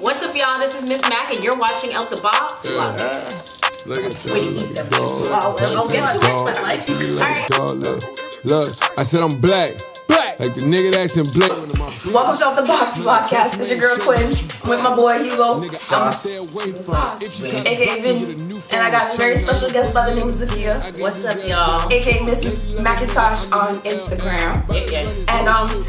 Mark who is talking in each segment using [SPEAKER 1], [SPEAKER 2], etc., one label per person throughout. [SPEAKER 1] What's up, y'all? This is Miss Mack, and you're watching Out the Box.
[SPEAKER 2] Uh-huh. Look at you, look at dog.
[SPEAKER 1] Well, we'll get to it, but like, all
[SPEAKER 2] Look
[SPEAKER 1] right.
[SPEAKER 2] at dog. Look, look. I said I'm black. Black. Like the nigga that's in black.
[SPEAKER 3] Welcome to Off the Box Podcast. It's your girl Quinn. I'm with my boy Hugo,
[SPEAKER 2] Sauce. Stay away from. If you try to
[SPEAKER 3] aka Vinny. And I got a very special guest by the name of Zakia,
[SPEAKER 1] What's up, y'all?
[SPEAKER 3] aka Miss McIntosh on Instagram.
[SPEAKER 1] Yeah, yeah.
[SPEAKER 3] And um,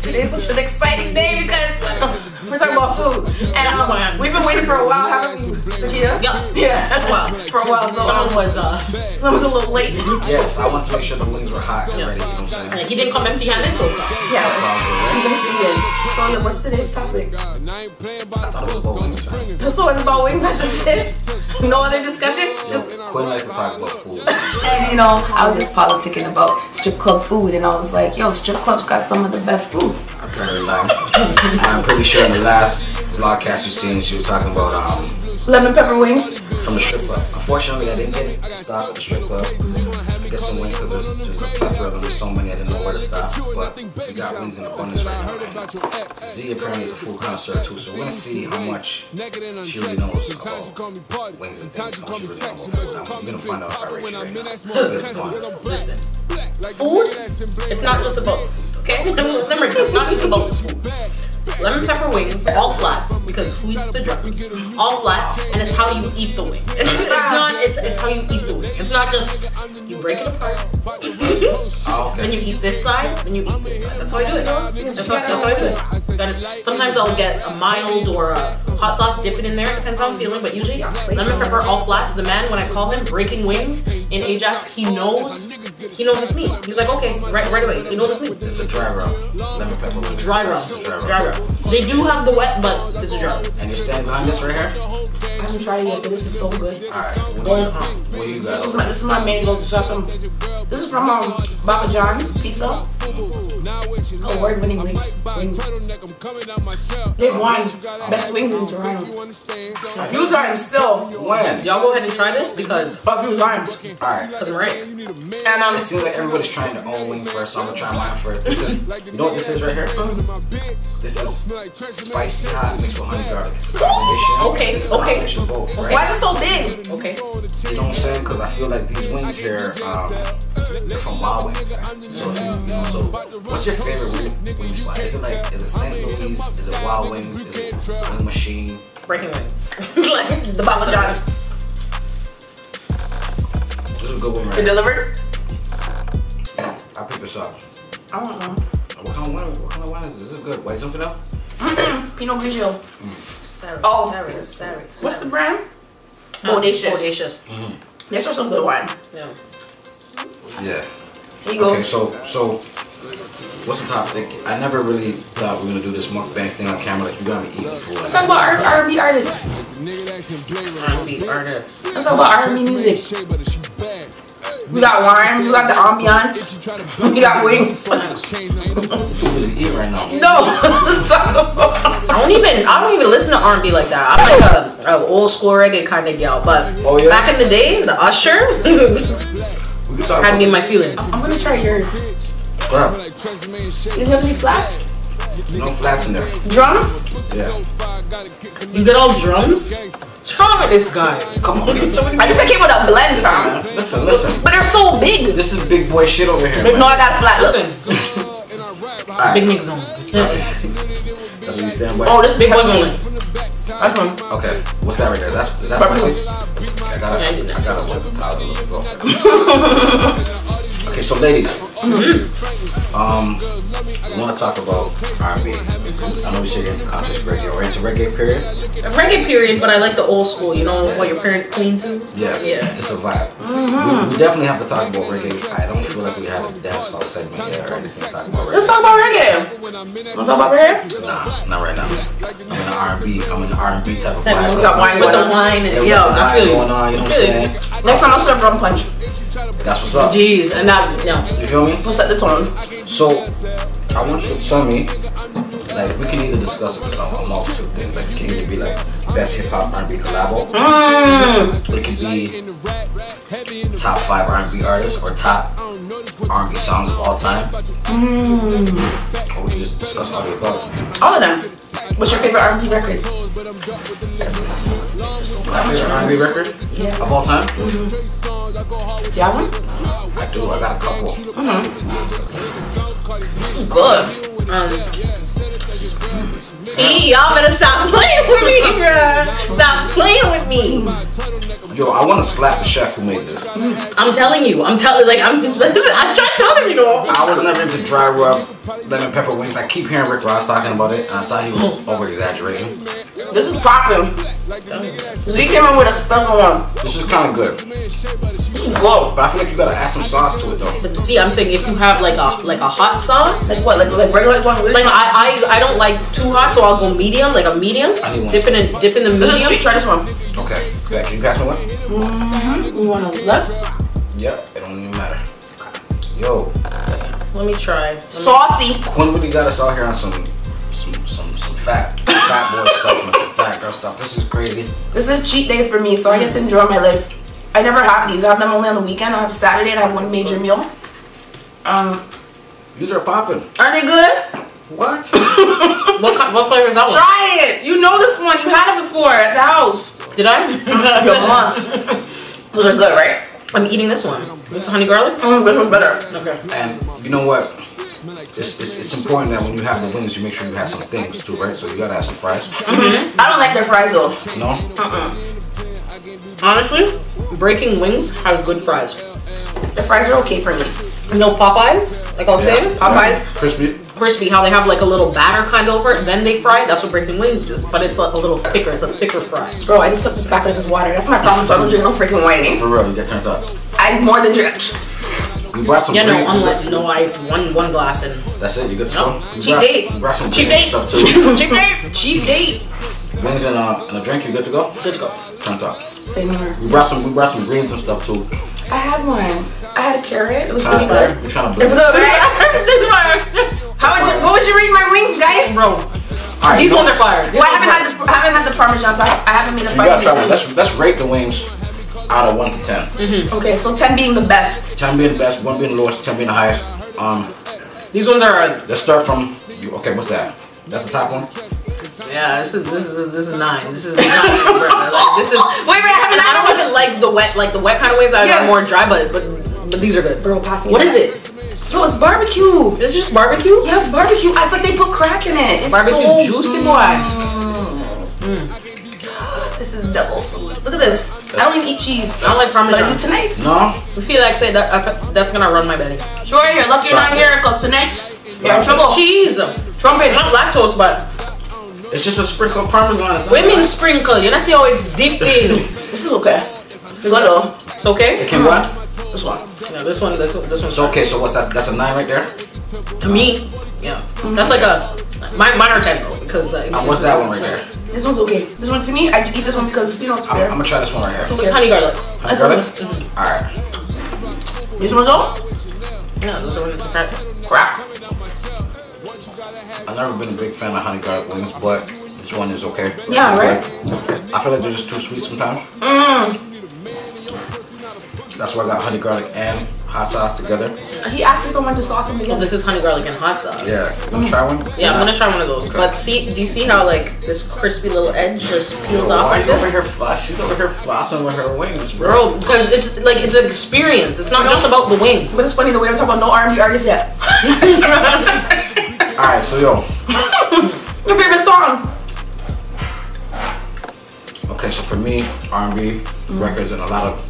[SPEAKER 3] today's such an exciting day because we're talking about food. And um, we've been waiting for a while, haven't we, Zakia?
[SPEAKER 1] Yeah.
[SPEAKER 3] Yeah,
[SPEAKER 1] Well,
[SPEAKER 3] for a while. So
[SPEAKER 1] someone
[SPEAKER 3] um,
[SPEAKER 1] was, uh,
[SPEAKER 3] I was a little late.
[SPEAKER 4] Yes, I want to make sure the wings were hot and ready. You know what I'm saying?
[SPEAKER 1] he didn't come empty handed till time.
[SPEAKER 3] Yeah, you can see it. So yeah, what's today's topic?
[SPEAKER 2] And I ain't playing by
[SPEAKER 4] I thought it
[SPEAKER 2] the
[SPEAKER 4] was
[SPEAKER 2] book. Don't
[SPEAKER 4] about wings,
[SPEAKER 2] bring
[SPEAKER 4] man.
[SPEAKER 2] it.
[SPEAKER 3] So it's about wings. That's just it. No other discussion. Just
[SPEAKER 4] Quinn likes to talk about food.
[SPEAKER 3] And you know, I was just politicking about strip club food, and I was like, yo, strip clubs got some of the best food.
[SPEAKER 4] Apparently, I'm, I'm pretty sure in the last podcast you seen, she was talking about um
[SPEAKER 3] Lemon pepper wings.
[SPEAKER 4] from the strip club. Unfortunately, I didn't get it. Stop at the strip club. I Get some wings because there's, there's a plethora of them. There's so many I didn't know where to stop. But we got wings in abundance right now. Z apparently is a food connoisseur too, so we're gonna see how much she really knows about wings and things. How much she really knows about food. I'm- We're gonna find out if I reach right now. It's fun.
[SPEAKER 1] Listen, food, it's not just about food, okay? Remember, it's not just about food. Lemon pepper wings, all flats, because who eats the drums? All flats, and it's how you eat the wing. It's, it's not, it's, it's how you eat the wing. It's not just you break it apart,
[SPEAKER 4] Oh,
[SPEAKER 1] then
[SPEAKER 4] okay.
[SPEAKER 1] you eat this side, then you eat this side. That's how I do it. That's how, that's how I do it. Then sometimes I'll get a mild or a hot sauce, dip it in there. Depends how I'm feeling, but usually lemon pepper all flats. The man, when I call him breaking wings in Ajax, he knows. He knows it's me. He's like, okay, right, right away. He knows it's me.
[SPEAKER 4] It's a dry rub. Lemon pepper wings.
[SPEAKER 1] Dry rub,
[SPEAKER 4] It's a
[SPEAKER 1] dry rub. They do have the wet, but it's a dry rub.
[SPEAKER 4] And you stand behind this right here?
[SPEAKER 3] I haven't tried it yet, but this is so good.
[SPEAKER 4] Alright. What, do you
[SPEAKER 3] This is
[SPEAKER 4] got?
[SPEAKER 3] my, this is my mango to try some. This is from um, Baba John's Pizza. A word winning wings. wings. They have wine. Best wings in Toronto. A few times still.
[SPEAKER 4] When?
[SPEAKER 1] Y'all go ahead and try this because
[SPEAKER 3] A few times.
[SPEAKER 4] Alright.
[SPEAKER 1] because I'm right.
[SPEAKER 3] And um,
[SPEAKER 4] It seems like everybody's trying to own wing first, so I'm gonna try mine first. This is, you know what this is right here? This is spicy hot mixed with honey garlic. It's a combination.
[SPEAKER 1] Okay,
[SPEAKER 4] It's a
[SPEAKER 1] okay.
[SPEAKER 4] combination of both, right?
[SPEAKER 3] why is it so big?
[SPEAKER 1] Okay.
[SPEAKER 4] You know what I'm saying? Because I feel like these wings here, um, they're from Maui. right? So, if you, you know, so what's your favorite wing, wing spot? Is it like, is it St. Louis? Is it Wild Wings? Is it Wing Machine?
[SPEAKER 1] Breaking wings. like
[SPEAKER 3] The Baba John's.
[SPEAKER 4] This is a good one
[SPEAKER 3] It
[SPEAKER 4] right here.
[SPEAKER 3] delivered?
[SPEAKER 4] I'll pick this up.
[SPEAKER 3] I don't know.
[SPEAKER 4] What kind of wine, what kind of wine is this? This is good. Wait, something up?
[SPEAKER 3] Pinot Grigio.
[SPEAKER 1] Sarah,
[SPEAKER 3] Oh.
[SPEAKER 1] Sarah, Sarah,
[SPEAKER 3] What's the brand?
[SPEAKER 1] Um,
[SPEAKER 3] Bodacious.
[SPEAKER 1] Bodacious.
[SPEAKER 3] They show some good wine.
[SPEAKER 1] Yeah.
[SPEAKER 4] Yeah.
[SPEAKER 3] Here you go.
[SPEAKER 4] Okay, so so what's the topic? I never really thought we were gonna do this mukbang thing on camera. Like you gotta be eating food.
[SPEAKER 3] Let's talk about R- R&B artists.
[SPEAKER 2] Nigga that's in
[SPEAKER 1] R&B artist.
[SPEAKER 3] Let's talk about R&B music. We got wine. We got the ambiance. We got wings.
[SPEAKER 4] Food is eating right now.
[SPEAKER 3] No, let's talk about.
[SPEAKER 1] I don't even I don't even listen to R and B like that. I'm like a, a old school reggae kind of gal. But
[SPEAKER 4] Oh, yeah?
[SPEAKER 1] back in the day, the Usher
[SPEAKER 4] We can talk
[SPEAKER 1] had
[SPEAKER 4] about
[SPEAKER 1] me in my feelings.
[SPEAKER 3] I'm gonna try yours.
[SPEAKER 4] crap.
[SPEAKER 3] You have any flats?
[SPEAKER 4] No flats in there.
[SPEAKER 3] Drums?
[SPEAKER 4] Yeah.
[SPEAKER 1] You get all drums. What's wrong with this guy?
[SPEAKER 4] Come on. man.
[SPEAKER 3] I guess I came with a blend, fam.
[SPEAKER 4] Listen, listen.
[SPEAKER 3] But they're so big.
[SPEAKER 4] This is big boy shit over here. Man.
[SPEAKER 3] No, I got flat. Look.
[SPEAKER 1] Listen, Big
[SPEAKER 4] Alright,
[SPEAKER 1] Nick Zone. Big
[SPEAKER 4] that's what you stand by.
[SPEAKER 3] Oh, this big
[SPEAKER 1] Boys
[SPEAKER 3] one.
[SPEAKER 1] Only.
[SPEAKER 3] That's one.
[SPEAKER 4] Okay, what's that right there? That's is that spicy? I gotta, I gotta whip it out a little bro. Okay, so ladies, um, we want to talk about R&B. I know we said you're into conscious reggae, or into reggae period.
[SPEAKER 1] A Reggae period, but I like the old school. You know what your parents clean to.
[SPEAKER 4] Yes,
[SPEAKER 1] Yeah.
[SPEAKER 4] it's a vibe. We, we definitely have to talk about reggae. I don't feel like we had a dance hall segment yet or anything to talk about
[SPEAKER 3] Let's
[SPEAKER 4] reggae.
[SPEAKER 3] talk about reggae. Let's talk about reggae.
[SPEAKER 4] Nah, not right now. I'm in the R&B. I'm in the R&B type of
[SPEAKER 1] That
[SPEAKER 4] vibe.
[SPEAKER 1] we got
[SPEAKER 3] wine
[SPEAKER 1] With the
[SPEAKER 3] Why not?
[SPEAKER 1] wine
[SPEAKER 4] Yeah,
[SPEAKER 1] and
[SPEAKER 4] we
[SPEAKER 1] yo,
[SPEAKER 4] got
[SPEAKER 1] I
[SPEAKER 4] vibe
[SPEAKER 1] feel
[SPEAKER 4] going on. You know what I'm
[SPEAKER 1] you.
[SPEAKER 4] saying?
[SPEAKER 3] Next time I'll serve rum punch.
[SPEAKER 4] That's what's up.
[SPEAKER 1] Jeez, and that no.
[SPEAKER 4] You feel me?
[SPEAKER 3] We'll set the tone.
[SPEAKER 4] So, I want you to tell me, like, we can either discuss a, a multitude of things. Like, it can either be like best hip hop R&B collabo. It could be top five R&B artists or top R&B songs of all time. Or we can just discuss all the above.
[SPEAKER 3] All of them. What's your favorite R&B record?
[SPEAKER 4] R&B record
[SPEAKER 3] Yeah.
[SPEAKER 4] of all time?
[SPEAKER 3] Do you have one?
[SPEAKER 4] I do. I got a couple.
[SPEAKER 3] Good.
[SPEAKER 1] Um, See, y'all better stop playing with me, bruh. Stop playing with me.
[SPEAKER 4] Yo, I want to slap the chef who made this.
[SPEAKER 1] I'm telling you. I'm telling. Like I'm. Listen, I'm trying to tell them, you know.
[SPEAKER 4] I was never into dry rub lemon pepper wings. I keep hearing Rick Ross talking about it, and I thought he was over exaggerating.
[SPEAKER 3] This is popping. Z came in with a special one.
[SPEAKER 4] This is kind of good,
[SPEAKER 3] This is good.
[SPEAKER 4] but I feel like you gotta add some sauce to it though.
[SPEAKER 1] See, I'm saying if you have like a like a hot sauce,
[SPEAKER 3] Like what? Like, like regular one?
[SPEAKER 1] Like I, I I don't like too hot, so I'll go medium, like a medium.
[SPEAKER 4] I need one.
[SPEAKER 1] Dip in a, dip in the
[SPEAKER 3] this is sweet.
[SPEAKER 1] medium.
[SPEAKER 3] Try this one.
[SPEAKER 4] Okay, yeah, can you pass me one?
[SPEAKER 3] You want a left?
[SPEAKER 4] Yep, it don't even matter. Yo,
[SPEAKER 1] Let me try. Let me-
[SPEAKER 3] Saucy.
[SPEAKER 4] Quinn really got us out here on some some some, some fat fat boy stuff and some fat girl stuff. This is crazy.
[SPEAKER 3] This is cheat day for me, so I get to enjoy my life. I never have these. I have them only on the weekend. I have Saturday and I have one major meal. Um,
[SPEAKER 4] These are popping.
[SPEAKER 3] are they good?
[SPEAKER 4] What?
[SPEAKER 1] What kind, what flavor is that one?
[SPEAKER 3] Try it. You know this one. You had it before at the house.
[SPEAKER 1] Did
[SPEAKER 3] You
[SPEAKER 1] I?
[SPEAKER 3] must. Those are good, right?
[SPEAKER 1] I'm eating this one. This honey garlic.
[SPEAKER 3] Mm, this one's better.
[SPEAKER 1] Okay.
[SPEAKER 4] And you know what? It's, it's, it's important that when you have the wings, you make sure you have some things too, right? So you gotta have some fries.
[SPEAKER 3] I don't like their fries though.
[SPEAKER 4] No?
[SPEAKER 1] Honestly, breaking wings has good fries.
[SPEAKER 3] The fries are okay for me.
[SPEAKER 1] No Popeyes, like I was saying, Popeyes
[SPEAKER 4] Crispy.
[SPEAKER 1] crispy. How they have like a little batter kind of over it, then they fry. it. That's what breaking wings does, but it's a, a little thicker. It's a thicker fry.
[SPEAKER 3] Bro, I just took this back like it's water. That's my problem, so I don't drink no freaking wine.
[SPEAKER 4] For real, you got turned up.
[SPEAKER 3] I more than drink.
[SPEAKER 4] You brought some
[SPEAKER 1] Yeah, no,
[SPEAKER 4] green-
[SPEAKER 1] I'm like no, I one one glass and
[SPEAKER 4] That's it, you good to go? You
[SPEAKER 3] Cheap
[SPEAKER 4] brought-
[SPEAKER 3] date.
[SPEAKER 4] You brought some
[SPEAKER 1] Cheap
[SPEAKER 4] green
[SPEAKER 1] date.
[SPEAKER 4] stuff too.
[SPEAKER 1] cheap date,
[SPEAKER 3] Cheap date.
[SPEAKER 4] Wings and a, and a drink, you good to go?
[SPEAKER 1] Good to go.
[SPEAKER 4] Turned up.
[SPEAKER 3] Say more.
[SPEAKER 4] We brought some we brought some greens and stuff too.
[SPEAKER 3] I had one. I had a carrot. It was pretty
[SPEAKER 4] Sounds
[SPEAKER 3] good.
[SPEAKER 4] We're trying to
[SPEAKER 3] It's
[SPEAKER 4] blend.
[SPEAKER 3] good, right? How would you? What would you rate my wings, guys?
[SPEAKER 1] bro.
[SPEAKER 4] Alright,
[SPEAKER 1] These
[SPEAKER 4] no,
[SPEAKER 1] ones are fire. These
[SPEAKER 3] Well, I
[SPEAKER 1] ones are
[SPEAKER 3] haven't had the I haven't had the parmesan, so I, I haven't made a
[SPEAKER 4] You gotta
[SPEAKER 3] final
[SPEAKER 4] try one.
[SPEAKER 3] decision.
[SPEAKER 4] Let's, let's rate the wings out of 1 to 10.
[SPEAKER 3] Okay, so ten being the best.
[SPEAKER 4] 10 being the best, 1 being the lowest, 10 being the highest. Um,
[SPEAKER 1] fire. These ones are
[SPEAKER 4] Let's start from you. Okay, what's that? That's the top one?
[SPEAKER 1] Yeah, this is this is this is nine. This is nine. bro. Like, this is.
[SPEAKER 3] Wait, wait, I haven't
[SPEAKER 1] And I
[SPEAKER 3] had
[SPEAKER 1] don't
[SPEAKER 3] one.
[SPEAKER 1] even like the wet, like the wet kind of wings. I
[SPEAKER 3] Yes.
[SPEAKER 1] got more dry, but, but but these are good.
[SPEAKER 3] Bro, pass me
[SPEAKER 1] What is
[SPEAKER 3] that.
[SPEAKER 1] it?
[SPEAKER 3] Yo, it's barbecue.
[SPEAKER 1] This is just barbecue.
[SPEAKER 3] Yes, barbecue. It's like they put crack in it. It's
[SPEAKER 1] Barbecue
[SPEAKER 3] so
[SPEAKER 1] juicy
[SPEAKER 3] good.
[SPEAKER 1] boy.
[SPEAKER 3] This is double. Look at this. I don't even eat cheese.
[SPEAKER 1] I don't like
[SPEAKER 3] But I do
[SPEAKER 1] parmesan.
[SPEAKER 3] tonight.
[SPEAKER 4] No?
[SPEAKER 1] I feel like say that that's- that's gonna run my belly.
[SPEAKER 3] Sure, you're lucky you're not here, cause tonight you're in trouble.
[SPEAKER 1] Cheese.
[SPEAKER 3] Trumpet.
[SPEAKER 1] Not lactose, but
[SPEAKER 4] It's just a sprinkle of parmesan. It's not
[SPEAKER 1] women
[SPEAKER 4] bad.
[SPEAKER 1] sprinkle. You know, see how it's dipped in.
[SPEAKER 3] This is okay. Good though.
[SPEAKER 1] It's okay.
[SPEAKER 4] It can run.
[SPEAKER 3] This one.
[SPEAKER 1] Yeah, this one, this one, this one's
[SPEAKER 4] So okay, so what's that? That's a nine right there.
[SPEAKER 1] to me. Yeah, that's like a my mine are ten though because uh,
[SPEAKER 4] And what's that one right there?
[SPEAKER 3] This one's okay. This one to me, I eat this one because you know it's
[SPEAKER 4] I'm,
[SPEAKER 3] fair.
[SPEAKER 4] I'm gonna try this one right here.
[SPEAKER 1] It's honey garlic.
[SPEAKER 4] I
[SPEAKER 3] That's
[SPEAKER 4] got
[SPEAKER 3] okay.
[SPEAKER 4] it. All right.
[SPEAKER 3] This one's all
[SPEAKER 1] No, those are it's crack.
[SPEAKER 3] crap.
[SPEAKER 4] I've never been a big fan of honey garlic wings, but this one is okay.
[SPEAKER 3] Yeah, right.
[SPEAKER 4] I feel like they're just too sweet sometimes.
[SPEAKER 1] Mm.
[SPEAKER 4] That's why I got honey garlic and hot sauce together.
[SPEAKER 3] He asked me if I wanted to sauce them together.
[SPEAKER 1] This is honey garlic and hot sauce.
[SPEAKER 4] Yeah. You wanna try one?
[SPEAKER 1] Yeah, I'm gonna try one of those. But see, do you see how like this crispy little edge just peels off
[SPEAKER 4] Why
[SPEAKER 1] like
[SPEAKER 4] you over
[SPEAKER 1] this?
[SPEAKER 4] here floss? She's over here flossing with her wings, bro.
[SPEAKER 1] Bro, because it's like it's an experience. It's not just about the wing.
[SPEAKER 3] But it's funny the way I'm talking about no R&B artist yet.
[SPEAKER 4] All right, so yo.
[SPEAKER 3] Your favorite song?
[SPEAKER 4] Okay, so for me, R&B records and a lot of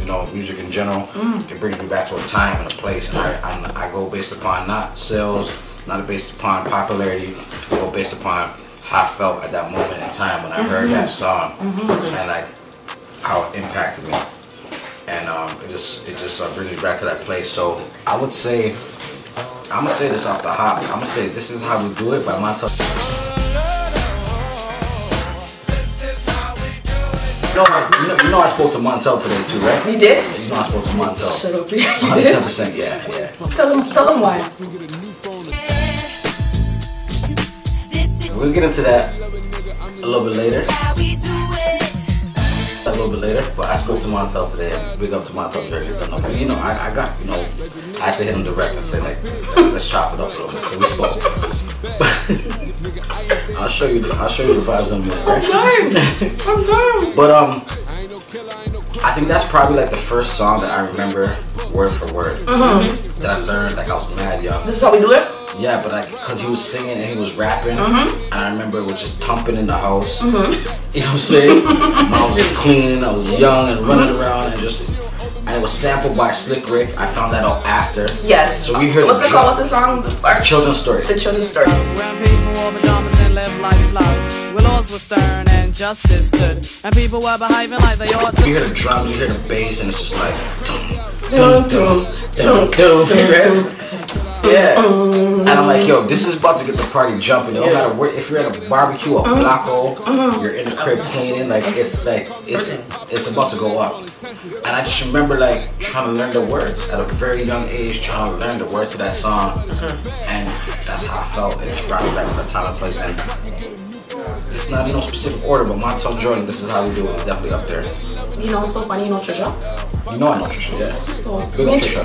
[SPEAKER 4] you know music in general can bring you back to a time and a place, and I, I, I go based upon not sales, not based upon popularity, I go based upon how I felt at that moment in time when I heard that song, and like how it impacted me, and um, it just it just uh, brings me back to that place. So I would say. I'm gonna say this off the hop. I'm gonna say this is how we do it, but I'm not talking. You know, you know, you know I spoke to Montel today too, right?
[SPEAKER 3] You did?
[SPEAKER 4] You know I spoke to Montel.
[SPEAKER 3] Shut up. You
[SPEAKER 4] 110
[SPEAKER 3] did?
[SPEAKER 4] percent, yeah, yeah.
[SPEAKER 3] Tell them, tell them why.
[SPEAKER 4] We'll get into that a little bit later. A little bit later, but I spoke to Montel today. Big up to Montel Jersey. But no, you know, I, I got, you know, I had to hit him direct and say like, let's chop it up a little bit. So we spoke. I'll show you. The, I'll show you the vibes in a minute.
[SPEAKER 3] I'm done. I'm done.
[SPEAKER 4] But um, I think that's probably like the first song that I remember word for word
[SPEAKER 3] Mhm.
[SPEAKER 4] that I learned. Like I was mad young.
[SPEAKER 3] This is how we do it.
[SPEAKER 4] Yeah, but like, cause he was singing and he was rapping,
[SPEAKER 3] Mhm.
[SPEAKER 4] and I remember it was just thumping in the house.
[SPEAKER 3] Mm-hmm.
[SPEAKER 4] You know what I'm saying? And I was just clean, I was young and
[SPEAKER 3] Mm-hmm.
[SPEAKER 4] running around and just. And it was sampled by Slick Rick. I found that out after.
[SPEAKER 3] Yes.
[SPEAKER 4] So we heard
[SPEAKER 3] What's
[SPEAKER 4] the
[SPEAKER 3] it called? What's the song? Our
[SPEAKER 4] Children's story.
[SPEAKER 3] The children's story.
[SPEAKER 5] When people wore pajamas and lived life slow, willows were stern and justice stood, and people were behaving like they ought
[SPEAKER 4] You
[SPEAKER 5] to.
[SPEAKER 4] hear the drums, you hear the bass, and it's just like.
[SPEAKER 3] Dum, dum,
[SPEAKER 4] dum, dum, right? Yeah. And I'm like, yo, this is about to get the party jumping. No matter where, if you're at a barbecue or blocko, you're in the crib cleaning, like it's like it's it's about to go up. And I just remember like trying to learn the words at a very young age, trying to learn the words to that song, and that's how I felt. And it's brought me back to the time and place. And it's not in no specific order, but Montel Jordan, this is how we do it. is Definitely up there.
[SPEAKER 3] You know, it's so funny. You know, Trisha.
[SPEAKER 4] You know I know Trisha. Yeah.
[SPEAKER 3] So,
[SPEAKER 4] Big up Trisha.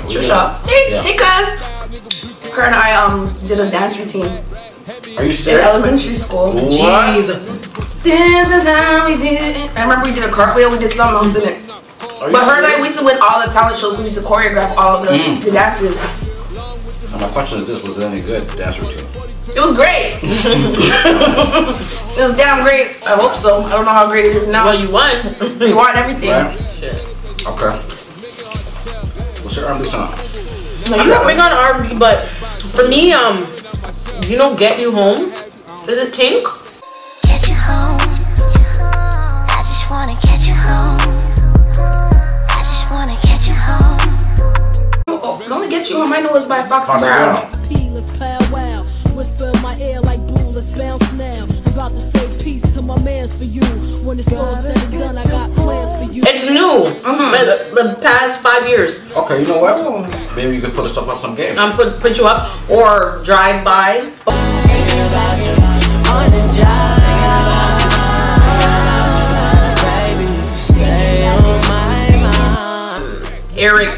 [SPEAKER 3] Trisha. Hey,
[SPEAKER 4] Yeah.
[SPEAKER 3] hey, guys. Her and I um did a dance routine
[SPEAKER 4] Are you
[SPEAKER 3] in
[SPEAKER 4] serious?
[SPEAKER 3] elementary school.
[SPEAKER 1] Jeez.
[SPEAKER 3] This is how we did it. I remember we did a cartwheel. We did something else in it.
[SPEAKER 4] Are you
[SPEAKER 3] But her and I,
[SPEAKER 4] serious?
[SPEAKER 3] we used to win all the talent shows. We used to choreograph all the,
[SPEAKER 4] Mm.
[SPEAKER 3] the dances.
[SPEAKER 4] And my question is this, was it any good dance routine?
[SPEAKER 3] It was great. it was damn great. I hope so. I don't know how great it is now.
[SPEAKER 1] Well, you won.
[SPEAKER 3] we want everything.
[SPEAKER 4] Right?
[SPEAKER 1] Shit.
[SPEAKER 4] Okay. What's your R&B song?
[SPEAKER 1] I'm not big on R&B, but for me, um, you know, "Get You Home." Is it Tink?
[SPEAKER 6] Get you home. I just wanna get you home. I just wanna get you home.
[SPEAKER 3] Oh, oh, Gonna get you home. I know it's by Foxy,
[SPEAKER 4] Foxy
[SPEAKER 3] Brown.
[SPEAKER 4] Brown.
[SPEAKER 7] peelers powwow. Whisper in my ear like blue, let's bounce now. I'm about to say peace to my mans for you. When it's all said and done, I got plans for you.
[SPEAKER 1] It's new. But the, the past five years,
[SPEAKER 4] Okay, you know what? Maybe you could put us up on some game.
[SPEAKER 1] I'm um, put put you up or drive by. Eric,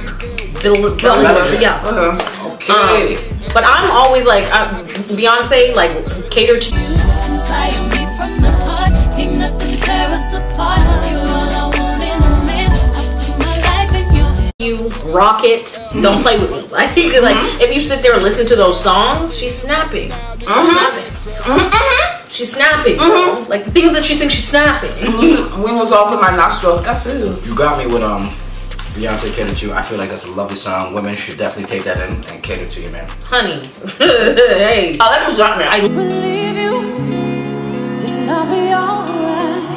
[SPEAKER 1] Bill,
[SPEAKER 4] Bellinger.
[SPEAKER 1] yeah.
[SPEAKER 3] Uh-huh.
[SPEAKER 4] Okay.
[SPEAKER 1] But I'm always like I, Beyonce, like cater to
[SPEAKER 8] Tire me from the heart. Ain't nothing tear us apart. You all I want in a man. I put my life in your hands.
[SPEAKER 1] you, rock it. Don't play with me. Like, like if you sit there and listen to those songs, she's snapping. She's snapping.
[SPEAKER 3] Mm-hmm.
[SPEAKER 1] She's snapping. bro. Like the things that she sings, she's snapping.
[SPEAKER 3] Listen, we was all put my nostril. I feel you.
[SPEAKER 4] You got me with um Beyonce Cater to You. I feel like that's a lovely song. Women should definitely take that in and cater to you, man.
[SPEAKER 1] Honey. hey.
[SPEAKER 3] I like this genre. I
[SPEAKER 9] believe you, then I'll be alright.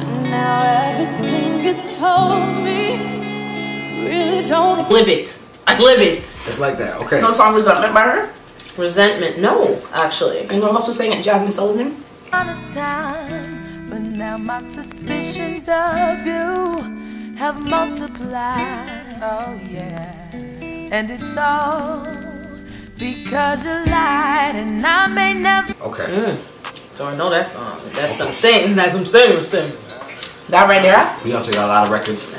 [SPEAKER 9] But now everything you told me really don't
[SPEAKER 1] Live it. I live it.
[SPEAKER 4] It's like that. Okay.
[SPEAKER 3] know song resentment by her.
[SPEAKER 1] Resentment. No, actually.
[SPEAKER 3] I know also sang it Jasmine Sullivan.
[SPEAKER 9] on a time, but now my suspicions of you have multiplied. Oh yeah, and it's all because you lied, and I may never.
[SPEAKER 4] Okay.
[SPEAKER 1] So I know that song. That's what I'm saying. That's what I'm saying. I'm saying.
[SPEAKER 3] That right there.
[SPEAKER 4] Beyonce got a lot of records.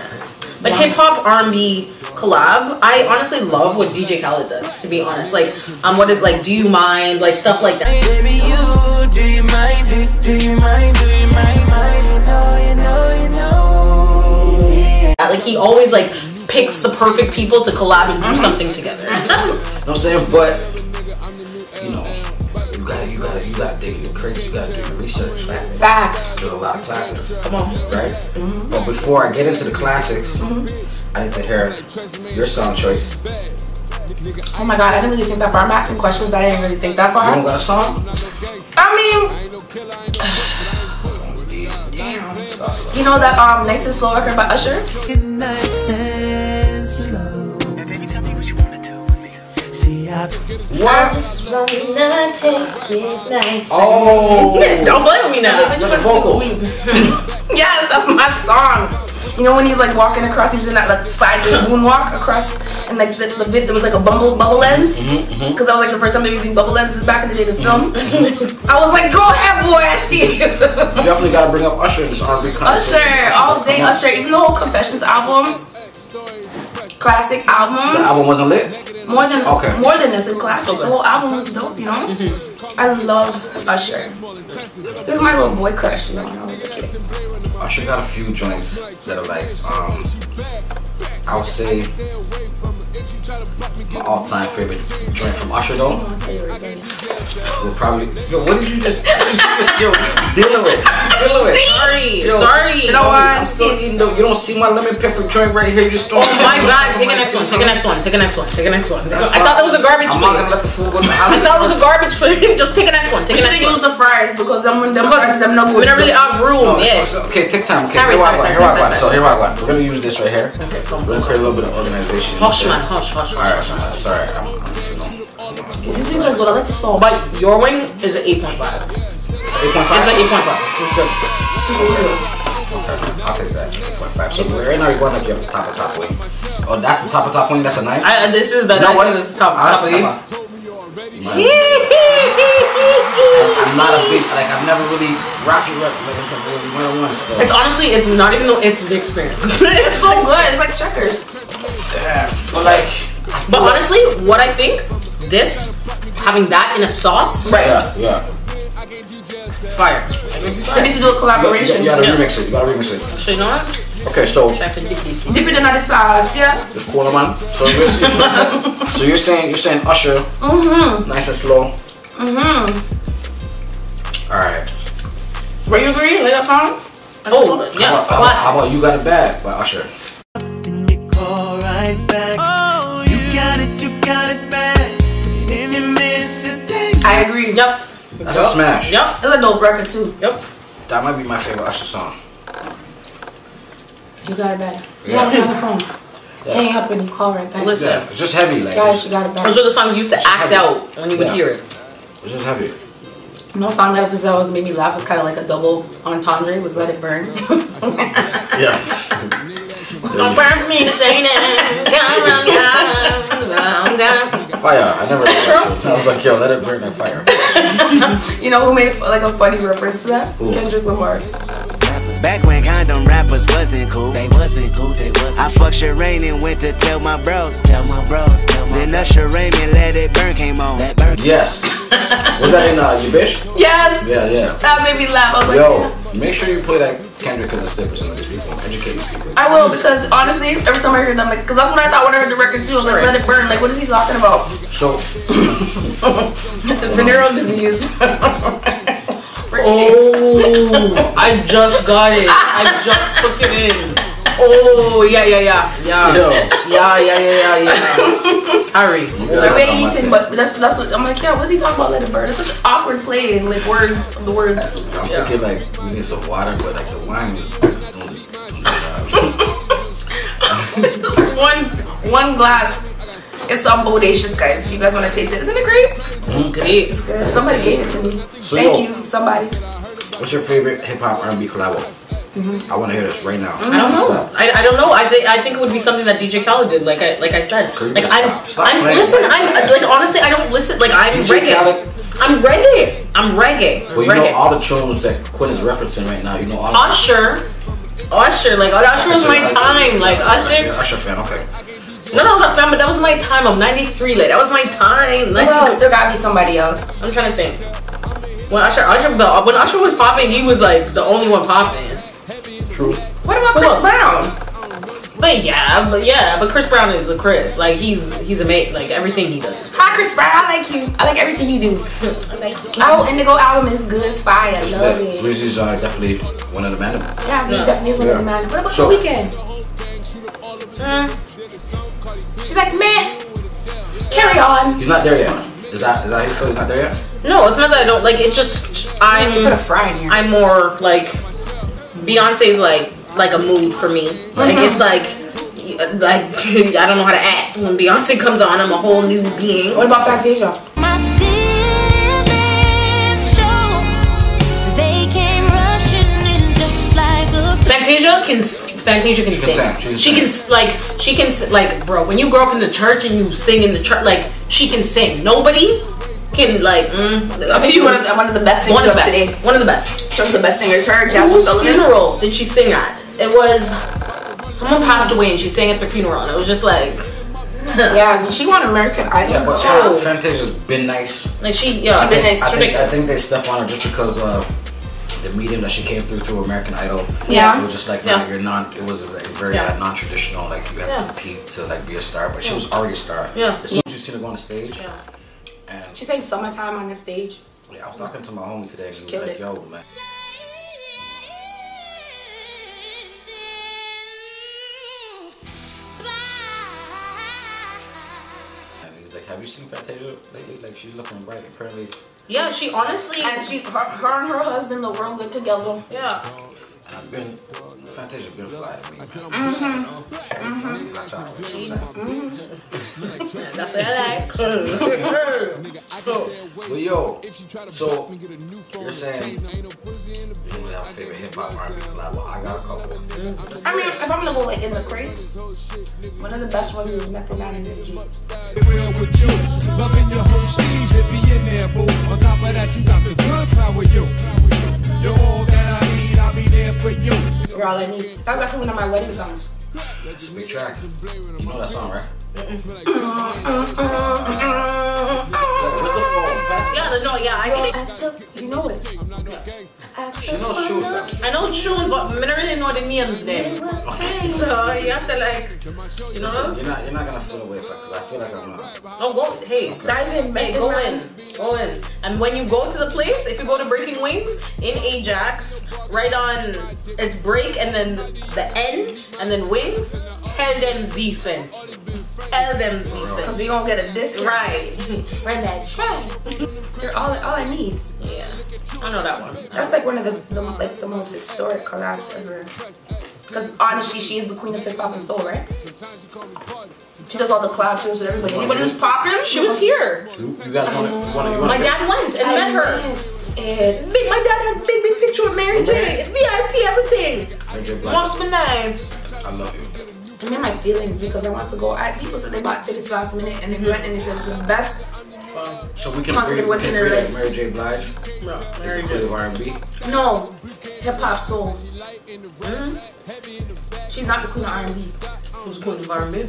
[SPEAKER 1] But hip hop R&B collab, I honestly love what DJ Khaled does. To be honest, like um, what is like? Do you mind? Like stuff like that.
[SPEAKER 10] Baby, you, do you mind? Do, do you mind? Do you mind? mind? You know, you know, you know. Yeah.
[SPEAKER 1] that. Like he always like picks the perfect people to collab and do something together.
[SPEAKER 4] You know what I'm saying? But you know, you gotta you gotta you gotta dig in the crates, you gotta do your research, right?
[SPEAKER 3] Facts.
[SPEAKER 4] There's a lot of classics.
[SPEAKER 1] Come on.
[SPEAKER 4] right?
[SPEAKER 3] Mm-hmm.
[SPEAKER 4] But before I get into the classics, I need to hear your song choice. You
[SPEAKER 3] Oh my god, I didn't really think that far. I'm asking questions, but I didn't really think that
[SPEAKER 4] don't
[SPEAKER 3] far.
[SPEAKER 4] got a song?
[SPEAKER 3] I mean, you know that um nice and slow record by Usher.
[SPEAKER 10] It's nice and slow. See, I
[SPEAKER 4] What?
[SPEAKER 3] Yes,
[SPEAKER 4] Oh!
[SPEAKER 1] Don't blame me now.
[SPEAKER 4] the vocal.
[SPEAKER 3] that's my song. You know when he's like walking across, he was in that like sideways moonwalk across, and like the, the vid there was like a bumble bubble lens,
[SPEAKER 4] Mm-hmm,
[SPEAKER 3] because that was like the first time they were using bubble lenses back in the day to film.
[SPEAKER 4] Mm-hmm,
[SPEAKER 3] I was like, go ahead, boy, I see you.
[SPEAKER 4] You definitely gotta bring up Usher in this R&B conversation.
[SPEAKER 3] Usher, all day Usher, even the whole Confessions album, classic
[SPEAKER 4] The
[SPEAKER 3] album.
[SPEAKER 4] album wasn't lit?
[SPEAKER 3] More than
[SPEAKER 4] Okay.
[SPEAKER 3] more than this, it's classic. The whole album was dope, you know. I loved Usher. He was my little boy crush, you know, when I was a kid.
[SPEAKER 4] Usher got a few joints that are like, um, I would say my all-time favorite joint from Usher though. Will probably. Yo, what did you just? What did you just yo, deal with, it. deal with. it.
[SPEAKER 1] Sorry,
[SPEAKER 4] Yo,
[SPEAKER 1] sorry.
[SPEAKER 4] You know what? I'm still eating though. You don't see my lemon pepper joint right here. You just
[SPEAKER 1] Oh my god, take a next one, take a next one, take a next one, take a next one. I thought that was a garbage
[SPEAKER 4] I'm
[SPEAKER 1] plate.
[SPEAKER 4] not gonna let the food go to the
[SPEAKER 1] I thought it was a garbage plate. Just take a next one, take a
[SPEAKER 3] We should have
[SPEAKER 1] next one.
[SPEAKER 3] used the fries because them, them fries, them no good.
[SPEAKER 1] we don't really have room,
[SPEAKER 4] No,
[SPEAKER 1] yeah.
[SPEAKER 4] so- so- okay, take time. Okay,
[SPEAKER 1] Sorry,
[SPEAKER 4] here I
[SPEAKER 1] sorry, sorry, sorry,
[SPEAKER 4] go, here I go.
[SPEAKER 1] sorry,
[SPEAKER 4] So
[SPEAKER 1] sorry.
[SPEAKER 4] here I go. We're gonna use this right here. We're gonna create a little bit of organization.
[SPEAKER 1] Hush, man, hush, hush, hush,
[SPEAKER 4] All right,
[SPEAKER 1] hush.
[SPEAKER 4] man, sorry. I'm-
[SPEAKER 1] These wings are good. I like the salt. But your wing is an 8.5.
[SPEAKER 4] It's 8.5.
[SPEAKER 1] It's an 8.5. It's good.
[SPEAKER 4] Okay, I'll take that. 8.5. So right now you're going like your top of top wing. Oh, that's the top of top wing. That's a nine.
[SPEAKER 1] I, and this is the
[SPEAKER 4] You know what?
[SPEAKER 1] that is top.
[SPEAKER 4] Honestly,
[SPEAKER 1] top, top.
[SPEAKER 4] I'm not a big like. I've never really rocky rep like I'm really one on one stuff.
[SPEAKER 1] It's honestly, it's not even the, it's the experience.
[SPEAKER 3] It's so good. It's like checkers.
[SPEAKER 4] Yeah, but like,
[SPEAKER 1] But honestly, what I think this having that in a sauce,
[SPEAKER 3] Right.
[SPEAKER 4] yeah.
[SPEAKER 1] fire.
[SPEAKER 3] We need to do a collaboration.
[SPEAKER 4] You gotta remix it. You gotta remix it.
[SPEAKER 1] So you know what?
[SPEAKER 4] Okay, so
[SPEAKER 1] I can dip these.
[SPEAKER 3] Dip it in other sauce, yeah?
[SPEAKER 4] just quarter man. So you're, so you're saying you're saying Usher,
[SPEAKER 3] Mm-hmm.
[SPEAKER 4] nice and slow.
[SPEAKER 3] Mm-hmm.
[SPEAKER 4] All right.
[SPEAKER 3] Were you agree? Like that song?
[SPEAKER 1] Oh yeah,
[SPEAKER 4] How about, how, about,
[SPEAKER 1] classic.
[SPEAKER 4] how about you got it bad by Usher?
[SPEAKER 10] Call right back. Oh, you got it, you got it back. If you miss it, then
[SPEAKER 3] I agree.
[SPEAKER 1] Yep.
[SPEAKER 4] That's a smash.
[SPEAKER 1] Yep.
[SPEAKER 3] It's a dope record too.
[SPEAKER 1] Yep.
[SPEAKER 4] That might be my favorite Usher song.
[SPEAKER 3] You got it back. You
[SPEAKER 4] Yeah.
[SPEAKER 3] got it on the phone. Hang up and call right back.
[SPEAKER 1] Listen.
[SPEAKER 4] Yeah, it's just heavy. Like
[SPEAKER 3] Guys, you
[SPEAKER 4] it's,
[SPEAKER 3] got it
[SPEAKER 1] Those
[SPEAKER 3] back.
[SPEAKER 1] were the songs you used to act out when you would
[SPEAKER 4] Yeah.
[SPEAKER 1] hear it.
[SPEAKER 4] it's just heavy.
[SPEAKER 3] No song that episode always made me laugh. It's kind of like a double entendre. Was Let It Burn.
[SPEAKER 4] Yeah.
[SPEAKER 1] Don't burn me to say that.
[SPEAKER 4] Fire. I never. I was like, yo, let it burn that fire.
[SPEAKER 3] you know who made like a funny reference to that?
[SPEAKER 4] Who?
[SPEAKER 3] Kendrick Lamar.
[SPEAKER 11] Back when condom rappers wasn't cool, they wasn't cool, they wasn't. I fucked Shireen and went to tell my bros, tell my bros, tell my Then Usher Rain and Let It Burn came on. Let burn.
[SPEAKER 4] Yes. Was that in uh, you bitch?
[SPEAKER 3] Yes.
[SPEAKER 4] Yeah, yeah.
[SPEAKER 3] That made me laugh. I was like,
[SPEAKER 4] Yo, make sure you play that Kendrick and the Stiff for some of these people. Educate these people.
[SPEAKER 3] I will because honestly, every time I hear that, I'm like, because that's what I thought when I heard the record too. I was like, let it burn. Like, what is he talking about?
[SPEAKER 4] So,
[SPEAKER 3] Venereal disease.
[SPEAKER 1] Oh, I just got it. I just took it in. Oh yeah yeah yeah
[SPEAKER 4] yo,
[SPEAKER 1] yeah yeah yeah yeah yeah. yeah. Sorry.
[SPEAKER 3] So we ain't eating, but that's that's what I'm like. Yeah, what's he talking about? Let it burn. It's such an awkward play, like words, the words.
[SPEAKER 4] I'm thinking like we need some water, but like the wine.
[SPEAKER 3] one one glass. It's some bodacious, guys. If you guys want to taste it, isn't it great?
[SPEAKER 4] Mm-hmm.
[SPEAKER 1] Great.
[SPEAKER 3] Good. Somebody gave it to me.
[SPEAKER 4] So
[SPEAKER 3] Thank
[SPEAKER 4] yo.
[SPEAKER 3] you, somebody.
[SPEAKER 4] What's your favorite hip hop R&B collabo? I want to hear this right now.
[SPEAKER 1] Mm-hmm. I don't know. I, I don't know. I think I think it would be something that DJ Khaled did. Like I like I said.
[SPEAKER 4] Could you
[SPEAKER 1] Like I'm
[SPEAKER 4] stop- stop
[SPEAKER 1] I'm
[SPEAKER 4] playing?
[SPEAKER 1] listen. I'm like honestly I don't listen. Like I'm
[SPEAKER 4] DJ
[SPEAKER 1] reggae.
[SPEAKER 4] Khaled.
[SPEAKER 1] I'm reggae. I'm reggae. I'm
[SPEAKER 4] Well, you know
[SPEAKER 1] reggae.
[SPEAKER 4] all the tunes that Quinn is referencing right now. You know all.
[SPEAKER 1] Usher. Usher. Like Usher was my time. Like
[SPEAKER 4] You're an
[SPEAKER 1] Usher.
[SPEAKER 4] Usher fan, okay.
[SPEAKER 1] No, that was a fan, but that was my time of '93. Like that was my time. Like
[SPEAKER 3] Well, there gotta be somebody else.
[SPEAKER 1] I'm trying to think. When Usher, Usher, but uh, when Usher was popping, he was like the only one popping.
[SPEAKER 4] True.
[SPEAKER 3] What about Chris Brown?
[SPEAKER 1] But yeah, but yeah, but Chris Brown is the Chris. Like he's he's a mate. Like everything he does. is
[SPEAKER 3] Hi, Chris Brown. I like you. I like everything you do.
[SPEAKER 1] Oh,
[SPEAKER 3] Oh, Indigo album is good. It's fire. I love
[SPEAKER 4] The
[SPEAKER 3] it.
[SPEAKER 4] Breezes are definitely one of the men.
[SPEAKER 3] Yeah, he definitely is one of the man. What about
[SPEAKER 4] So-
[SPEAKER 3] the weekend? Hmm?
[SPEAKER 1] mm.
[SPEAKER 3] She's like, man, carry on.
[SPEAKER 4] He's not there yet. Is that is that how you feel? He's not there yet.
[SPEAKER 1] No, it's not that I don't like. It just
[SPEAKER 3] You put a
[SPEAKER 1] I'm
[SPEAKER 3] fry in here.
[SPEAKER 1] I'm more like Beyonce's like like a mood for me. Like
[SPEAKER 3] Mm-hmm.
[SPEAKER 1] it's like like I don't know how to act when Beyonce comes on. I'm a whole new being.
[SPEAKER 3] What about Fantasia?
[SPEAKER 8] My feelings show they came rushing in just like a
[SPEAKER 1] Fantasia can s- Fantasia can
[SPEAKER 4] can
[SPEAKER 1] sing.
[SPEAKER 4] sing, she
[SPEAKER 1] She
[SPEAKER 4] can
[SPEAKER 1] can s- like she can s- like bro. When you grow up in the church and you sing in the church, like she can sing. Nobody can like. Mm, I mean,
[SPEAKER 3] She's one of the, one of the best singers
[SPEAKER 1] one of the
[SPEAKER 3] of
[SPEAKER 1] best.
[SPEAKER 3] today.
[SPEAKER 1] One of the best.
[SPEAKER 3] She was the best singers. Her, Jasmine
[SPEAKER 1] Whose
[SPEAKER 3] Sullivan.
[SPEAKER 1] funeral did she sing at? It was someone passed away and she sang at the funeral, and it was just like.
[SPEAKER 3] yeah, but she won American Idol.
[SPEAKER 4] Yeah, but Fran- Fantasia's been nice.
[SPEAKER 1] Like she, yeah,
[SPEAKER 4] I think, I think, I think they step on her just because uh, the medium that she came through through American Idol.
[SPEAKER 1] Yeah.
[SPEAKER 4] It was just like
[SPEAKER 1] Yeah.
[SPEAKER 4] like, you're non. It was like very
[SPEAKER 1] Yeah.
[SPEAKER 4] uh, non-traditional. Like you had
[SPEAKER 1] Yeah.
[SPEAKER 4] to compete to like be a star, but she
[SPEAKER 3] Yeah.
[SPEAKER 4] was already a star.
[SPEAKER 3] Yeah.
[SPEAKER 4] As soon as you seen her go on the stage,
[SPEAKER 3] Yeah.
[SPEAKER 4] and
[SPEAKER 3] She sang "Summertime" on the stage.
[SPEAKER 4] yeah, I was talking to my homie today. And he was
[SPEAKER 3] Killed
[SPEAKER 4] like,
[SPEAKER 3] it.
[SPEAKER 4] "Yo, man." And he's like, "Have you seen Fantasia lately? Like she's looking bright. Apparently,
[SPEAKER 1] Yeah, she honestly.
[SPEAKER 3] And she, her, her and her husband, the world good together.
[SPEAKER 1] Yeah.
[SPEAKER 4] I've been Fantasia been fly to me. man.
[SPEAKER 3] Mm-hmm. Mm-hmm.
[SPEAKER 4] That's all.
[SPEAKER 3] Mm-hmm.
[SPEAKER 1] That's what I like.
[SPEAKER 4] But yo, so you're saying you don't really have a favorite hip hop R&B collab? Well, I got a couple.
[SPEAKER 3] I mean, if I'm gonna go like in the craze, one of the best ones is Method Man and Benji.
[SPEAKER 12] real with you. Loving your whole sleeves, it be in there, boo. On top of that, you got the good power, you. You're all that I need, I'll be there for you.
[SPEAKER 3] You're all I need. That's actually one of my wedding songs.
[SPEAKER 4] It's a big track. You know that song, right?
[SPEAKER 1] Yeah, the- no, yeah, I get it.
[SPEAKER 3] you know it.
[SPEAKER 1] She knows
[SPEAKER 4] Oh,
[SPEAKER 1] shoes. I know shoes, but I really know the names there. So you have to like, you know. what I'm
[SPEAKER 4] You're not, you're not gonna feel away because I feel like I'm gonna.
[SPEAKER 1] No, go. Hey, dive in, hey, go in, go in. And when you go to the place, if you go to Breaking Wings in Ajax, right on, it's break and then the end and then wings. Tell them Z sent. Tell them Z sent.
[SPEAKER 3] Cause we gonna get a discount.
[SPEAKER 1] Right.
[SPEAKER 3] Run that check. You're all, all I need.
[SPEAKER 1] Yeah. I know that one.
[SPEAKER 3] That's like one of the, the like the most historic collabs ever. Cause honestly, she is the queen of hip hop and soul, right? She does all the collab shows with everybody. Anybody who's popular,
[SPEAKER 1] She was here.
[SPEAKER 4] You, you guys wanna, you wanna, you wanna.
[SPEAKER 1] My dad went and
[SPEAKER 3] I
[SPEAKER 1] met her. Big- my dad had a big, big picture of Mary J. VIP, everything.
[SPEAKER 4] Major Black,
[SPEAKER 1] Must be nice.
[SPEAKER 4] I love you.
[SPEAKER 3] I'm in my feelings because I want to go. I, people said they bought tickets last minute and they went and they said it was the best.
[SPEAKER 4] So we can
[SPEAKER 3] Concert
[SPEAKER 4] agree. We
[SPEAKER 3] what's
[SPEAKER 4] can
[SPEAKER 3] in their
[SPEAKER 4] agree that
[SPEAKER 3] list.
[SPEAKER 4] Mary J. Blige is the queen of R&B.
[SPEAKER 3] No, hip hop soul. Mm-hmm. She's not the queen of R&B.
[SPEAKER 1] Who's queen of R&B?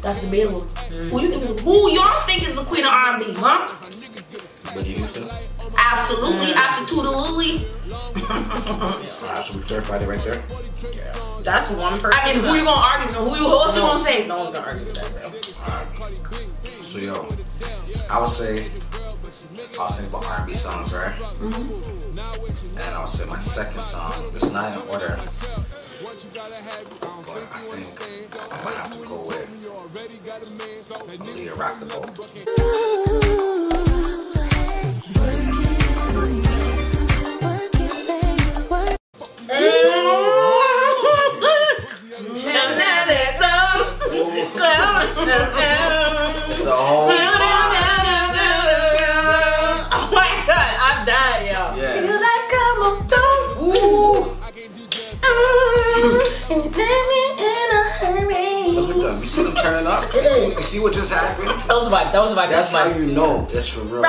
[SPEAKER 3] That's debatable. Who you think? Who y'all think is the queen of R&B, huh?
[SPEAKER 4] But you used to.
[SPEAKER 3] Absolutely, absolutely.
[SPEAKER 4] I should clarify it right there.
[SPEAKER 1] That's one person.
[SPEAKER 3] I mean, who you gonna argue? with? Who you who else you
[SPEAKER 1] No-
[SPEAKER 3] gonna say?
[SPEAKER 1] No one's gonna argue with that, bro.
[SPEAKER 4] So yo, I would say I was thinking about R&B songs, right? And I would say my second song. It's not in order, but I think I might have to go with Leader Rock the Boat. It's a whole
[SPEAKER 1] Oh my god, I'm dying, yo.
[SPEAKER 4] Yeah.
[SPEAKER 1] You like come on, don't. Ooh.
[SPEAKER 4] Look at them. You see them turning up? You see, you see what just happened?
[SPEAKER 1] That was a vibe. That was a vibe.
[SPEAKER 4] That's
[SPEAKER 1] that
[SPEAKER 4] how
[SPEAKER 1] was a vibe.
[SPEAKER 4] you know it's for real.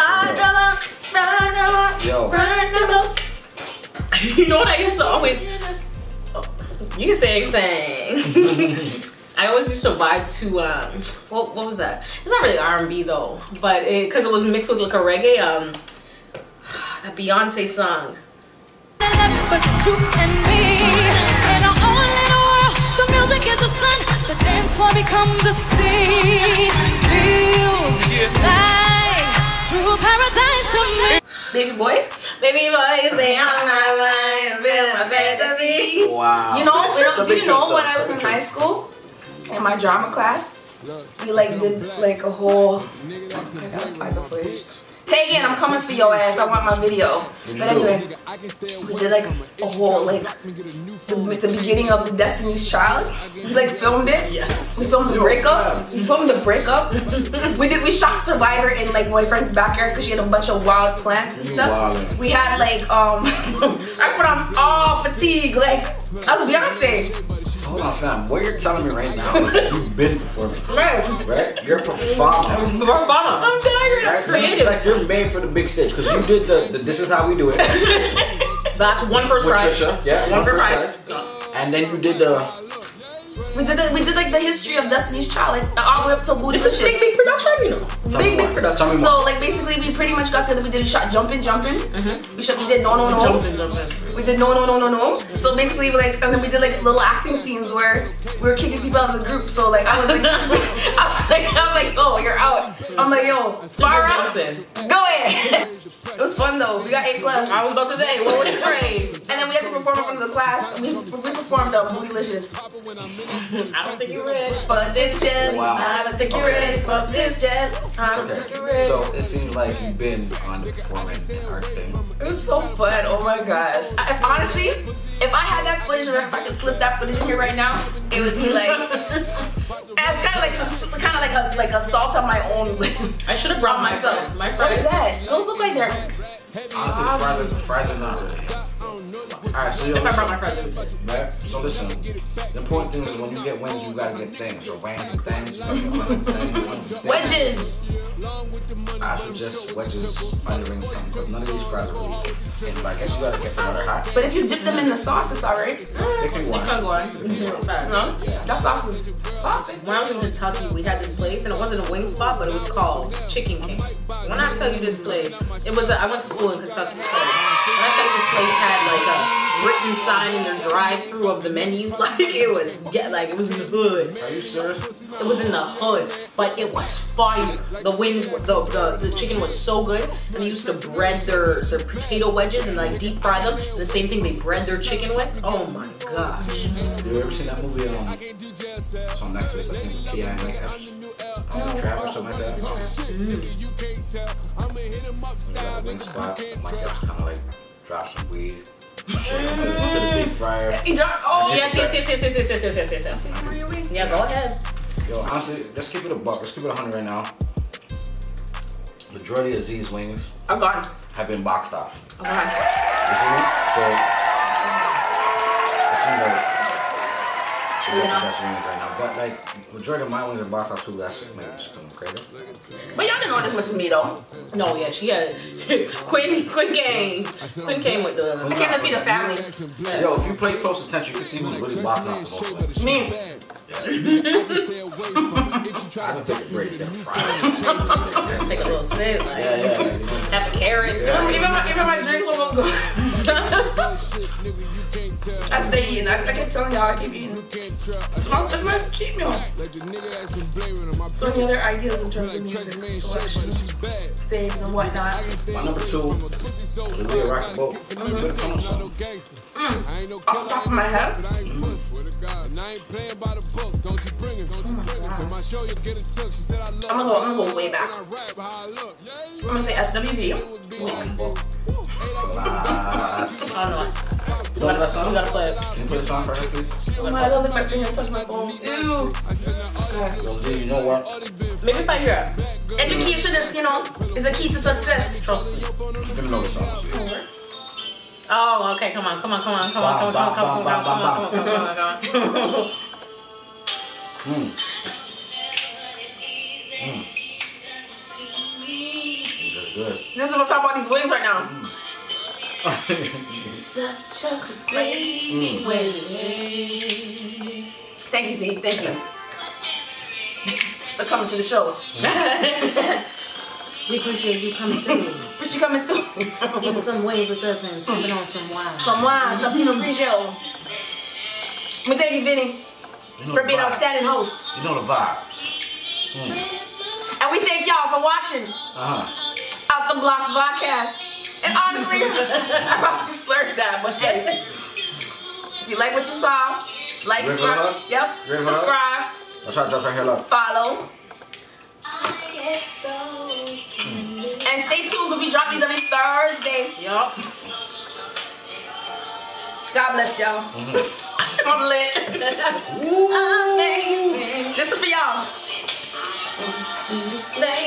[SPEAKER 4] For real. Yo,
[SPEAKER 1] you know what I used to always. You can say anything. I always used to vibe to um, what, what was that? It's not really R and B though, but because it, was mixed with like a reggae um, that Beyonce song.
[SPEAKER 8] But you and me in our own little world. The music is the sun, the dance floor becomes the sea. Feels like true paradise to me.
[SPEAKER 3] Baby boy.
[SPEAKER 1] Baby boy, you say I'm not mine, build my fantasy.
[SPEAKER 4] wow.
[SPEAKER 3] You know, you
[SPEAKER 4] It's a
[SPEAKER 3] know, did
[SPEAKER 4] big
[SPEAKER 3] you know
[SPEAKER 4] choice,
[SPEAKER 3] when I
[SPEAKER 4] though.
[SPEAKER 3] was in high school, in my drama class, we like did like a whole. I gotta find the footage. Taken, I'm coming for your ass. I want my video. But anyway, we did like a whole like the, with the beginning of the Destiny's Child. We like filmed it.
[SPEAKER 1] Yes.
[SPEAKER 3] We filmed the breakup. We filmed the breakup. we did. We shot Survivor in like my friend's backyard because she had a bunch of wild plants and
[SPEAKER 4] You
[SPEAKER 3] stuff.
[SPEAKER 4] wildin'.
[SPEAKER 3] We had like um, I put on all fatigue. Like I was Beyonce.
[SPEAKER 4] Hold on, fam. What you're telling me right now is that you've been performing,
[SPEAKER 3] Right.
[SPEAKER 4] right? You're performing.
[SPEAKER 1] Nirvana.
[SPEAKER 3] I'm tired. I'm
[SPEAKER 4] Right?
[SPEAKER 3] creative.
[SPEAKER 4] Like you're made for the big stage because you did the, the this is how we do it with
[SPEAKER 1] That's one first prize.
[SPEAKER 4] Trisha. Yeah,
[SPEAKER 1] One
[SPEAKER 4] for
[SPEAKER 1] first prize.
[SPEAKER 4] And then you did the
[SPEAKER 3] We did it. We did like the history of Destiny's Child, like all the way up to Booty.
[SPEAKER 1] It's a big, big production, you know.
[SPEAKER 3] Big, big
[SPEAKER 1] Tell me
[SPEAKER 3] production.
[SPEAKER 1] more.
[SPEAKER 3] So like basically, we pretty much got together. We did a shot jumping, jumping. We shot. We did no, no, no.
[SPEAKER 1] Jumping, jumping.
[SPEAKER 3] We did no, no, no, no, no. So basically, we like, and then we did like little acting scenes where we were kicking people out of the group. So like, I was like, I was like, I was like, oh, you're out. I'm like, yo, Farah, go ahead. It was fun though. We got A plus.
[SPEAKER 1] I was about to say, what would you grade?
[SPEAKER 3] And then we had to perform in front of the class. We, we performed on Bootylicious.
[SPEAKER 1] I don't think you're ready
[SPEAKER 3] for this jet.
[SPEAKER 4] Wow.
[SPEAKER 3] I don't think you're
[SPEAKER 4] Okay.
[SPEAKER 3] ready for this jet. I don't think you're
[SPEAKER 4] Okay.
[SPEAKER 3] ready.
[SPEAKER 4] So it seems like you've been on the performing arts thing.
[SPEAKER 3] It was so fun. Oh my gosh. I, if, honestly, if I had that footage or if I could slip that footage in here right now, it would be like. It's kind of like kind of like a like a salt on my own.
[SPEAKER 1] I should have brought my
[SPEAKER 3] myself.
[SPEAKER 1] friends. My
[SPEAKER 3] What is
[SPEAKER 1] friends.
[SPEAKER 3] that? Those look like they're.
[SPEAKER 4] Honestly, the fries are, the fries are not really. Alright, so yo,
[SPEAKER 1] If I brought
[SPEAKER 4] listen,
[SPEAKER 1] my friends,
[SPEAKER 4] right? So listen, the important thing is when you get wins, you gotta get things. Or wins and things, you gotta get wins and things. wins and things.
[SPEAKER 3] Wedges.
[SPEAKER 4] I suggest wedges underring something because none of these fries are really good. And but I guess you gotta get them water hot.
[SPEAKER 3] But if you dip them in the sauce, it's alright.
[SPEAKER 4] They can go on.
[SPEAKER 1] Go on. No?
[SPEAKER 3] That's awesome. When
[SPEAKER 1] I was in Kentucky, we had this place, and it wasn't a wing spot, but it was called Chicken King. When I tell you this place, it was, a, I went to school in Kentucky, so when I tell you this place had like a written sign in their drive through of the menu, like it was, yeah, like it was in the hood.
[SPEAKER 4] Are you serious?
[SPEAKER 1] It was in the hood, but it was fire. The wings, were, the, the the chicken was so good, and they used to bread their their potato wedges and like deep fry them. The same thing they bread their chicken with. Oh my gosh.
[SPEAKER 4] You ever seen that movie? Um, it's on Netflix. I think T.I. Metcalf. Um, Trap or something like that.
[SPEAKER 1] Mm.
[SPEAKER 4] Got a wing spot. My guy's kind of like drop some weed. shit into the- into the deep fryer.
[SPEAKER 3] He dropped. Oh.
[SPEAKER 1] Yes, yes, yes, yes, yes, yes, yes, yes, yes, yes. Yeah, go ahead.
[SPEAKER 4] Yo, honestly, let's keep it a buck. Let's keep it a hundred right now. Majority of Z's wings
[SPEAKER 3] I'm gone.
[SPEAKER 4] have been boxed off.
[SPEAKER 3] I'm gone.
[SPEAKER 4] You feel me? So it seems like should be the best wings right now. But like majority of my wings are boxed off too. That's maybe just kind of crazy.
[SPEAKER 3] But y'all didn't know this was me though.
[SPEAKER 1] No, yeah, she had Quinn. Quinn came. Quinn came with the.
[SPEAKER 3] I can't defeat a family.
[SPEAKER 4] Yo, if you play close attention, you can see who's really boxing off the most
[SPEAKER 3] Me.
[SPEAKER 4] wings. I can take a break. They're
[SPEAKER 1] Take a little sip. Like,
[SPEAKER 4] Yeah, yeah, yeah.
[SPEAKER 1] Have a carrot.
[SPEAKER 3] Even my even my drink was good. I stay eating. I, I keep telling y'all I keep eating. It's my, it's my cheat meal. So any other ideas in terms of music selections, things and whatnot?
[SPEAKER 4] My number two, the real rock the boat. Put a tone on something.
[SPEAKER 3] Mm. Off the top of my head. I'm gonna go. I'm gonna go way back. I'm gonna say SWV.
[SPEAKER 4] Don't that song?
[SPEAKER 1] You gotta play it.
[SPEAKER 4] Can you play the song for her, please?
[SPEAKER 3] Oh my god, I don't lick my finger and touch my phone. Ew.
[SPEAKER 4] Yo, Z, you know what?
[SPEAKER 1] Maybe if I hear it.
[SPEAKER 3] Education is, you know, is the key to success. Hmm.
[SPEAKER 1] Trust me.
[SPEAKER 4] Let me know the song.
[SPEAKER 1] Oh, okay. Come on, come on, come on, come on, come on, come on, come on, come on, come on, come on, come on, come on, come on.
[SPEAKER 4] Hmm. Good.
[SPEAKER 3] This is what I'm talking about. These waves right now. Hmm.
[SPEAKER 8] Such a crazy way.
[SPEAKER 3] Thank you, Z. Thank you. For coming to the show.
[SPEAKER 1] We appreciate you coming through.
[SPEAKER 3] But you coming through.
[SPEAKER 1] Eating some ways with us and sipping on some wine.
[SPEAKER 3] Some wine, some Pinot Grigio. But thank you, Vinny,
[SPEAKER 4] You know
[SPEAKER 3] for being an
[SPEAKER 4] the vibe.
[SPEAKER 3] outstanding host.
[SPEAKER 4] You know the vibe. Mm.
[SPEAKER 3] And we thank y'all for watching
[SPEAKER 4] Uh-huh.
[SPEAKER 3] Out the Blocks podcast. And honestly, I probably slurred that, but hey. If you like what you saw, like,
[SPEAKER 4] Give it
[SPEAKER 3] subscribe,
[SPEAKER 4] up.
[SPEAKER 3] yep,
[SPEAKER 4] Give it up.
[SPEAKER 3] subscribe,
[SPEAKER 4] That's how I drop right here, love.
[SPEAKER 3] follow. And stay tuned because we drop these every Thursday.
[SPEAKER 1] Yup.
[SPEAKER 3] God bless y'all.
[SPEAKER 4] Mm-hmm.
[SPEAKER 3] I'm lit. Amazing. This is for y'all.